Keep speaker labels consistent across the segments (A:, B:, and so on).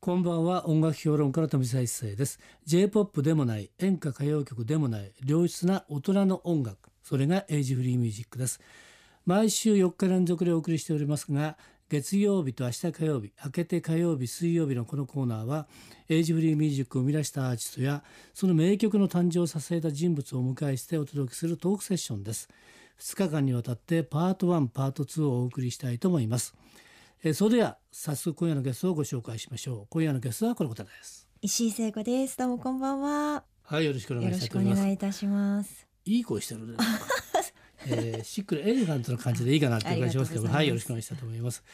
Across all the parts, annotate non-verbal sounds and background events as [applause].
A: こんばんは音楽評論家の富澤一世です J-POP でもない演歌歌謡曲でもない良質な大人の音楽それがエイジフリーミュージックです毎週4日連続でお送りしておりますが月曜日と明日火曜日明けて火曜日水曜日のこのコーナーはエイジフリーミュージックを生み出したアーティストやその名曲の誕生を支えた人物をお迎えしてお届けするトークセッションです2日間にわたってパート1パート2をお送りしたいと思いますえーそれでは早速今夜のゲストをご紹介しましょう今夜のゲストはこの方です
B: 石井聖子です。どうもこんばんは。
A: はいよろしくお願
B: よ
A: い
B: ろ
A: し
B: し
A: た
B: くお
A: いと思います
B: 願いいたします。
A: いい声して
B: [laughs]
A: るね。えー、シックでエレガントな感じでいいかなっていう感じしますけども
B: あ
A: はい
B: り
A: よ
B: がとう
A: ろしくお願
B: ございます
A: いしたいと思います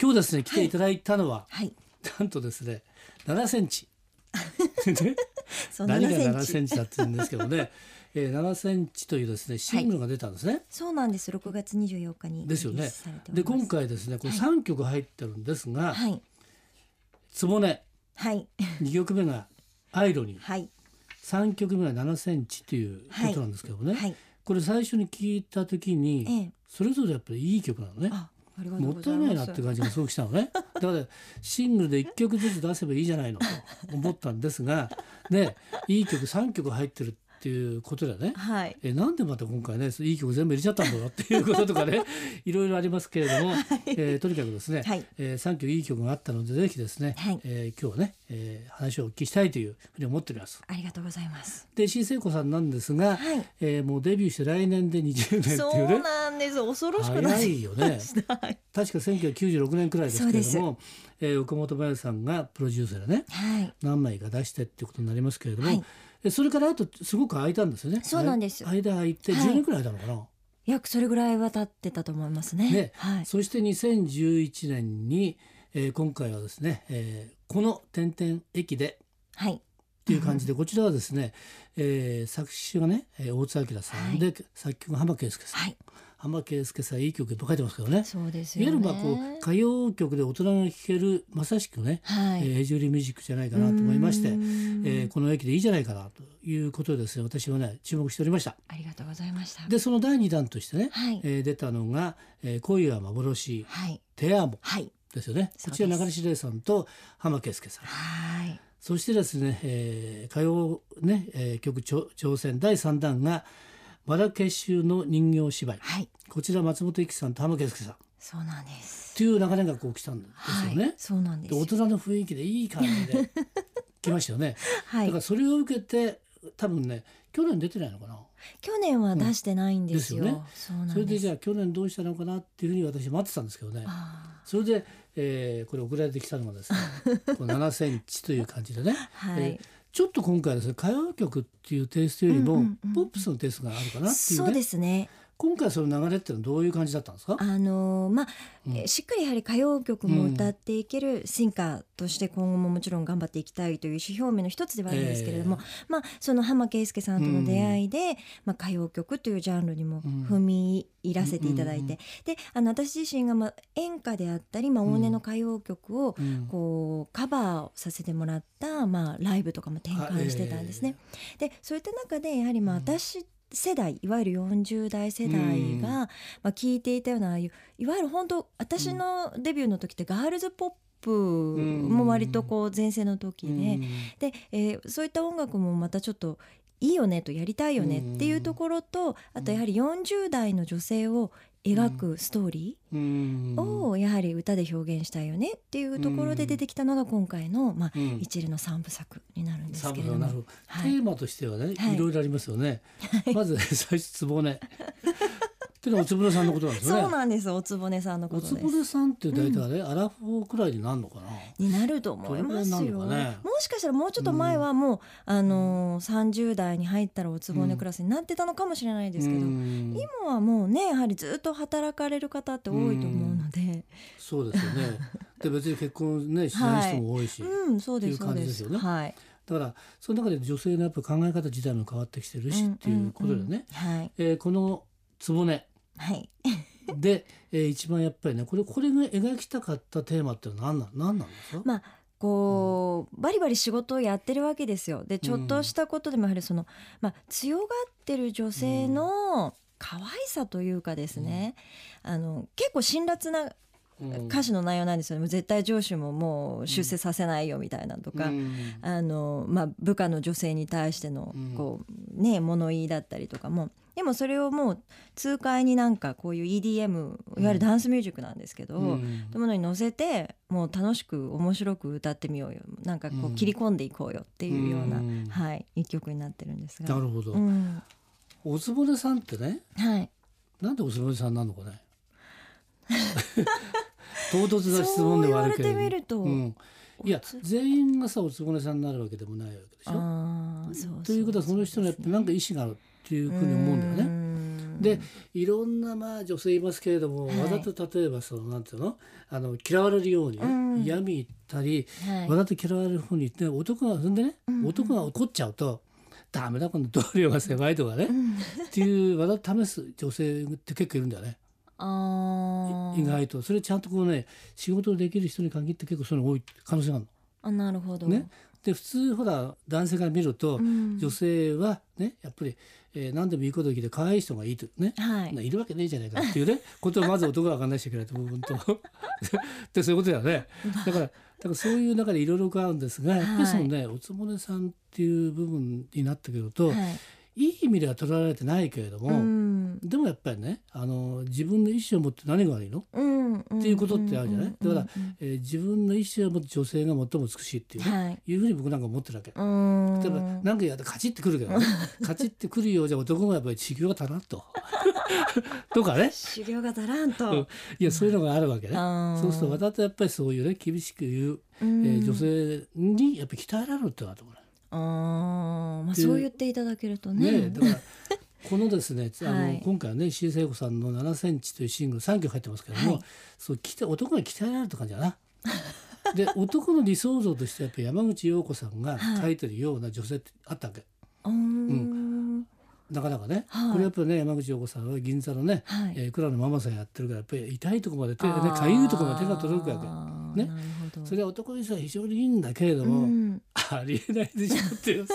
A: 今日ですね来ていただいたのは、
B: はい。
A: なんとですね7センチね
B: そう
A: 何が7
B: 7
A: セ
B: セ
A: ン
B: ンチ。
A: チだって言うんですけどね、 [laughs] えー、7センチというですねシングルが出たんですね、
B: そうなんです。6月24日に
A: ですよ
B: リリ
A: ね
B: ースされてお
A: で
B: ります
A: 今回ですねこれ3曲入ってるんですが
B: はい
A: 「つぼね
B: はい」
A: 2曲目が「アイロニー
B: はい」
A: 3曲目が7センチということなんですけどもね、
B: はい。
A: これ最初に聞いた時に、
B: ええ。
A: それぞれやっぱりいい曲なのね
B: あ、ありがと
A: も
B: う
A: っ
B: ご
A: た
B: ざい
A: い
B: ます。
A: ないなって感じがすごくしたのねだからシングルで1曲ずつ出せばいいじゃないのと思ったんですがねいい曲3曲入ってるっていうことだね
B: はい。
A: えなんでまた今回ねいい曲全部入れちゃったんだろうっていうことと
B: [laughs]
A: かねいろいろありますけれども、えーとにかくですね、
B: はい
A: えー、3曲いい曲があったのでぜひですね、
B: はい
A: えー今日はね、えー話をお聞きしたいというふうに思っております。
B: ありがとうございます。
A: で新聖子さんなんですが、
B: はい。
A: えーもうデビューして来年で20年ってい
B: そうう
A: ね
B: なんです。恐ろしくな
A: 早
B: い。
A: いよ
B: [laughs]
A: ね。
B: はい。
A: 確か1996年くらいですけれども、えー岡本真代さんがプロデューサーでね
B: はい。
A: 何枚か出してっていうことになりますけれども、
B: はい
A: えそれからあとすごく空いたんですよね
B: そうなんです
A: あい間空いて
B: はい
A: 10年くらい空いたのかな、
B: 約それぐらいは経ってたと思いますね。
A: ね
B: はい。
A: そして2011年に、えー今回はですね、えーこの「点々駅で」
B: はい。
A: っていう感じで、こちらはですね、えー作詞がねえー大津明さんで、作曲が浜圭介さん、
B: はい。
A: 浜圭介さんいい曲いっぱい書いてますけどね
B: そうです
A: いわゆ
B: よ
A: る
B: ね。
A: まあこう歌謡曲で大人が聴けるまさしくね
B: は
A: え
B: い。
A: ーエイジュリーミュージックじゃないかなと思いまして
B: う、ーん
A: えーこの駅でいいじゃないかなということでですね私はね注目しておりました
B: ありがとうございました。
A: でその第2弾としてね、
B: はい。
A: えー出たのが「えー恋は幻
B: はい。
A: テアモ
B: はい。」
A: ですよね
B: そうです
A: こちら中西礼さんと浜圭介さん
B: はい。
A: そしてですね、えー歌謡、ねえー曲挑挑戦第3弾が「マラケシュの人形芝居
B: はい。」
A: こちら松本一樹さんと浜圭介さん
B: そうなんです。
A: という流れがこう来たんですよね。
B: はい、そうなんで
A: です
B: よ
A: 大。人の雰囲気でいい感じ
B: [laughs]
A: で来ましたよね。
B: は
A: だか
B: い
A: ら。それを受けて多分ね去年出てないのかな、
B: 去年は出してないんです
A: う
B: よ。
A: んですよ
B: そうなんです。
A: それでじゃあ去年どうしたのかなっていうふうに私待ってたんですけどね
B: あ
A: それで、えーこれ送られてきたのが
B: [laughs]
A: ですねこの7センチという感じでね
B: ーは
A: え
B: い
A: ー。ちょっと今回はですね歌謡曲っていうテイストよりも、
B: うんうんうん
A: ポップスのテイストがあるかなっていう
B: そう
A: ね
B: ですね。
A: 今回その流れっていうのはどういう感じだったんですか
B: あのーまあ、
A: うん
B: えーしっかりやはり歌謡曲も歌っていけるシンガーとして今後ももちろん頑張っていきたいという意思表明の一つではあるんですけれども、まあその浜圭介さんとの出会いで、まあ歌謡曲というジャンルにも
A: うん
B: 踏み入らせていただいて、
A: うんうんうん
B: で、あの私自身がまあ演歌であったり、まあ往年の歌謡曲を、
A: うん
B: こうカバーをさせてもらった、まあ、ライブとかも転換してたんですね。でそういった中でやはりまあ
A: うん
B: 私世代いわゆる40代世代
A: うん
B: が、まあ、聞いていたようなああいういわゆる本当私のデビューの時ってガールズポップも割とこう全盛の時で、
A: うん
B: で、えーそういった音楽もまたちょっといいよねとやりたいよねっていうところとあとやはり40代の女性を描くストーリー、
A: うん
B: をやはり歌で表現したいよねっていうところで出てきたのが今回の、まあ、
A: うん
B: 一連の三部作になるんです
A: サ
B: け
A: ブ
B: れ
A: のな
B: ど
A: るほ
B: も
A: ど、
B: はい
A: テーマとしてはね、
B: はい
A: い、ろいろありますよね。まず最初つぼね。っていうのはおつぼねさんのことなんです
B: そう
A: よね。
B: なんですおつぼねさんのこ
A: お
B: と
A: つ
B: で
A: ぼ
B: す。
A: ねさんって大体あれ、アラフォーくらいになるのかな。
B: になると思います
A: どれぐらい
B: よ、
A: になるのかね
B: もしかしたらもうちょっと前はもう、あのー、30代に入ったらおつぼねクラスになってたのかもしれないですけど、
A: うん
B: 今はもうねやはりずっと働かれる方って多いと思うので
A: そうですよね。で別に結婚ねしない人も多いし、
B: うん、そうです
A: っていう
B: そう
A: 感じ
B: で
A: ですすよね
B: はい、
A: だからその中で女性のやっぱ考え方自体も変わってきてるし、
B: んんん
A: っていうことでね。
B: はい
A: えーこのつぼね
B: はい
A: で、えー一番やっぱりねこれこれが描きたかったテーマってのは何なん何なんですか？
B: まあこう、バリバリ仕事をやってるわけですよでちょっとしたことでもやはりその、まあ、強がってる女性の可愛さというかですね、あの結構辛辣な
A: うん
B: 歌詞の内容なんですよねもう絶対上司ももう出世させないよみたいなのとか、
A: うん
B: あのまあ、部下の女性に対しての
A: うん
B: こう、ね、物言いだったりとかもでもそれをもう痛快になんかこういう EDM いわゆるダンスミュージックなんですけど、
A: うん
B: とものに乗せてもう楽しく面白く歌ってみようよなんかこ
A: うん
B: う切り込んでいこうよっていうような、
A: うん
B: はい、一曲になってるんですが。
A: なるほど、
B: うん
A: おつぼねさんってね
B: はい、
A: なんでおつぼねさんなのかね [laughs] 唐突な質
B: そ
A: 問
B: う
A: で
B: 言
A: はあ
B: わ
A: る
B: れ
A: けれ
B: て
A: ど
B: みると、
A: うん、いや
B: おつ
A: 全員がさおつぼねさんになるわけでもないわけでしょ。
B: あーそう
A: ということはその人のやっぱなんか意思があるっていうふうに思うんだよね。
B: ね
A: でいろんなまあ女性いますけれども、
B: はい
A: わざと例えばそのなんていうのあの嫌われるようにね、
B: うん
A: 嫌み言ったり、
B: はい
A: わざと嫌われる方に言って男が踏んでね、
B: うん
A: 男が怒っちゃうとダメだこの同僚が狭いとかね、
B: ん
A: っていうわざと試す女性って結構いるんだよね
B: [laughs] あー
A: 意外とそれちゃんとこうね仕事をできる人に限って結構そういうの多い可能性がある
B: あなるほど、
A: の。ね、で普通ほら男性から見ると、
B: うん
A: 女性はねやっぱり、えー何でもいいこと聞いて可愛い人がいいとね、
B: はい、
A: いるわけねえじゃないかって
B: [laughs]
A: いうねことをまず男が分かんないしいけないと [laughs] 思う本当でそういうことだよねだからだからそういう中でいろいろ伺うんですがやっぱりそのね、おつぼねさんっていう部分になってくると、、
B: はい
A: い意味では取られてないけれども、
B: い、うん
A: でもやっぱりねあの自分の意思を持って何が悪いの、
B: うんん
A: っていうことってあるじゃない
B: うんうん
A: だかえー自分の意思を持つ女性が最も美しいっていうね、
B: はい
A: いうふうに僕なんか思ってるわけ。
B: うん
A: 例えば何かやったらカチッてくるけど
B: [laughs]
A: ねカチッてくるようじゃ男がやっぱり修行が足らんと [laughs] とかね
B: 修行がだらんと、
A: いやそういうのがあるわけね
B: あー
A: そうするとわざとやっぱりそういうね厳しく言う、えー女性にやっぱり鍛えられるってのはどうか
B: あーまあ
A: ていう
B: そう言っていただけると
A: な
B: ね
A: ねだからこのです
B: [laughs]
A: ねあの、
B: はい
A: 今回はね石井聖子さんの「7センチ」というシングル3曲入ってますけども、
B: はい
A: そうきた男が鍛えられるって感じだ
B: [laughs]
A: な。で男の理想像としてやっぱり山口陽子さんが書いてるような女性ってあったわけ、
B: うん、
A: なかなかね、
B: はい
A: これやっぱりね山口陽子さんは銀座のね、
B: はい
A: えー倉野ママさんやってるからやっぱり痛いとこまで手がねかゆいとこまで手が届くわ
B: わ
A: ね
B: なるほど
A: けそれは男にしては非常にいいんだけれど
B: う
A: も、
B: ん、
A: ありえないでしょっていうさ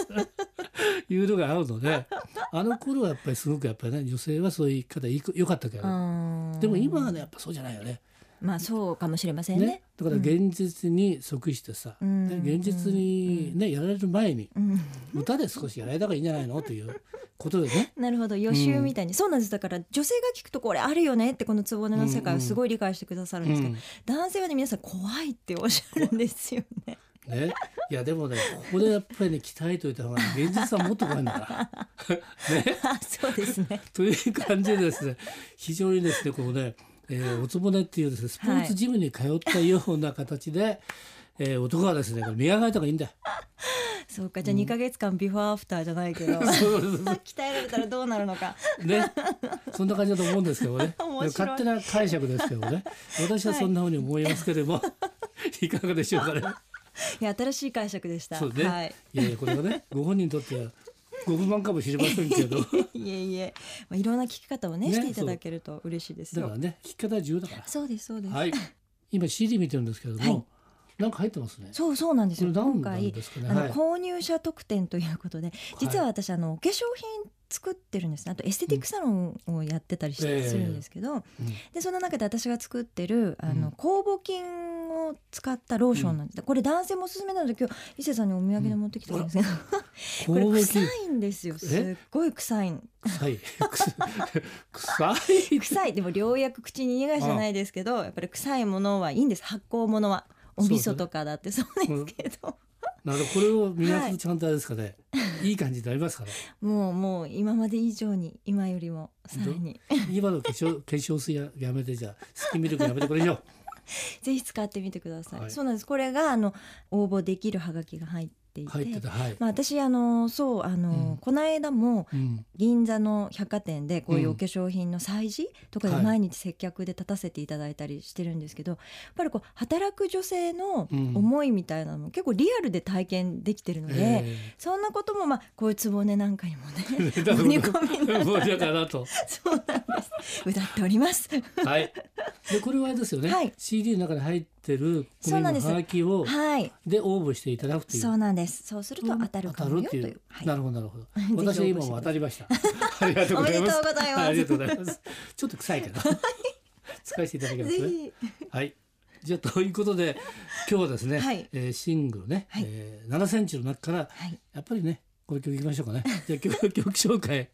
A: いうのがあるのであの頃はやっぱりすごくやっぱりね女性はそういう言い方良かったけど、
B: あー
A: でも今はねやっぱそうじゃないよね。
B: まあそうかもしれませんね
A: ねだから現実に即してさ、
B: うん
A: ね現実にねやられる前に
B: うん
A: 歌で少しやられた方がいいんじゃないのと
B: [laughs]
A: いうことでね。
B: なるほど予習みたいに、そうなんですだから女性が聞くとこれあるよねってこのつぼねの世界をすごい理解してくださるんですけど、
A: うん
B: 男性はね皆さん怖いっておっしゃるんですよ
A: [laughs]
B: ね。
A: ね、いやでもねここでやっぱりね鍛えといた方が現実はもっと怖いんだから。ね、
B: あそうですね。
A: という感じでですね [laughs] 非常にですねこうね、えー、おつぼねっていうですねスポーツジムに通ったような形で、えー男はですねこれ磨かれた方がいいんだよ。
B: そうかじゃあ2ヶ月間ビフォーアフターじゃないけど [laughs] 鍛
A: そうそう
B: えられたらどうなるのか。
A: ね、そんな感じだと思うんですけどね
B: [laughs] 面白い
A: 勝手な解釈ですけどね私はそんなふうに思いますけれど
B: [laughs]
A: も、い、かがでしょうかね。
B: いや新しい解釈でした。
A: そうね、
B: はい
A: い、、やいやこれはねご本人にとってはご不満かもしれませんけ
B: [laughs]
A: ど
B: いえいえ、まあ、いろんな聞き方をね
A: ね
B: していただけると嬉しいです
A: だ
B: よ。
A: からね聞き方は重要だから。
B: そうですそうです。
A: はい。今 CD 見てるんですけれども、
B: はい
A: なんか入ってますね。
B: そうそうなんですよ。
A: これ何
B: 今
A: なん
B: 回、
A: ですかね
B: あの
A: はい
B: 購入者特典ということで、実は私あのお化粧品作ってるんですね。あとエステティックサロンをやってたりし
A: うんええ
B: するんですけど、
A: うん
B: でその中で私が作ってるあ
A: うん
B: の酵母菌を使ったローションなんです。これ男性もおすすめなので今日伊勢さんにお土産で持ってきてるんですけど、
A: こ
B: これ
A: 臭
B: 臭
A: い。
B: いんですよ。すっごい臭い。
A: 臭い。臭い。
B: 臭いでもようやく口に逃がしじゃないですけど、やっぱり臭いものはいいんです。発酵ものは。お味噌とかだってそうですけど、
A: なるほど。これを磨くちゃんとあれですかね。い、い感じになりますかね。
B: もうもう今まで以上に今よりもさらに
A: 今の化粧化粧水ややめてじゃあスキンミルクやめてこれ以上。
B: ぜひ使ってみてください。
A: はい
B: そうなんです。これがあの応募できるハガキが入っていて、
A: 入ってたはい。
B: まあ私あのそうあの、
A: うん
B: この間も
A: うん。
B: 銀座の百貨店でこうい
A: う
B: う
A: ん
B: お化粧品の催事とかで
A: はい
B: 毎日接客で立たせていただいたりしてるんですけど、やっぱりこう働く女性の
A: うん
B: 思いみたいなのも結構リアルで体験できてるので。
A: え
B: そんなこともまあこういうつぼねなんかにもね
A: [laughs] え。だから
B: 盛り込みな
A: も
B: が
A: うだ
B: ら
A: からと。
B: そうなんです歌っております
A: はい。でこれはあれですよね。
B: はい
A: CD の中に入ってるこ
B: そう
A: の
B: な
A: 今
B: んです
A: ハガキを
B: はい
A: で応募していただくという。
B: そうなんです。そうすると当たるかも
A: 当
B: よ
A: た
B: と
A: る
B: い
A: って
B: う。
A: いう
B: はい
A: なるほどなるほど
B: [laughs] ぜひ応募
A: 私は
B: して
A: 今
B: ください
A: も当たりました [laughs] ありがとうございます
B: おめでとうございます
A: ありがとうございますちょっと臭いけど使わせていただきます
B: ぜ
A: ね。
B: ひ
A: はい。じゃあということで今日はですね、
B: はい
A: えーシングルね、
B: はい
A: えー7センチの中から
B: はい
A: やっぱりねこの曲いきましょうかね。 [laughs] じゃあ曲曲紹介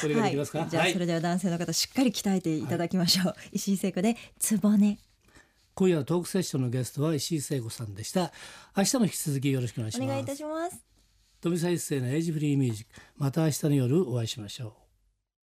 A: これができますか。
B: はい、じゃあそれでは男性の方しっかり鍛えていただきましょう、石井聖子でつぼね
A: 今夜のトークセッションのゲストは石井聖子さんでした。明日も引き続きよろしくお願いし
B: お
A: ます。
B: 願いいたします
A: 富澤一世のエイジフリーミュージックまた明日の夜お会いしましょう。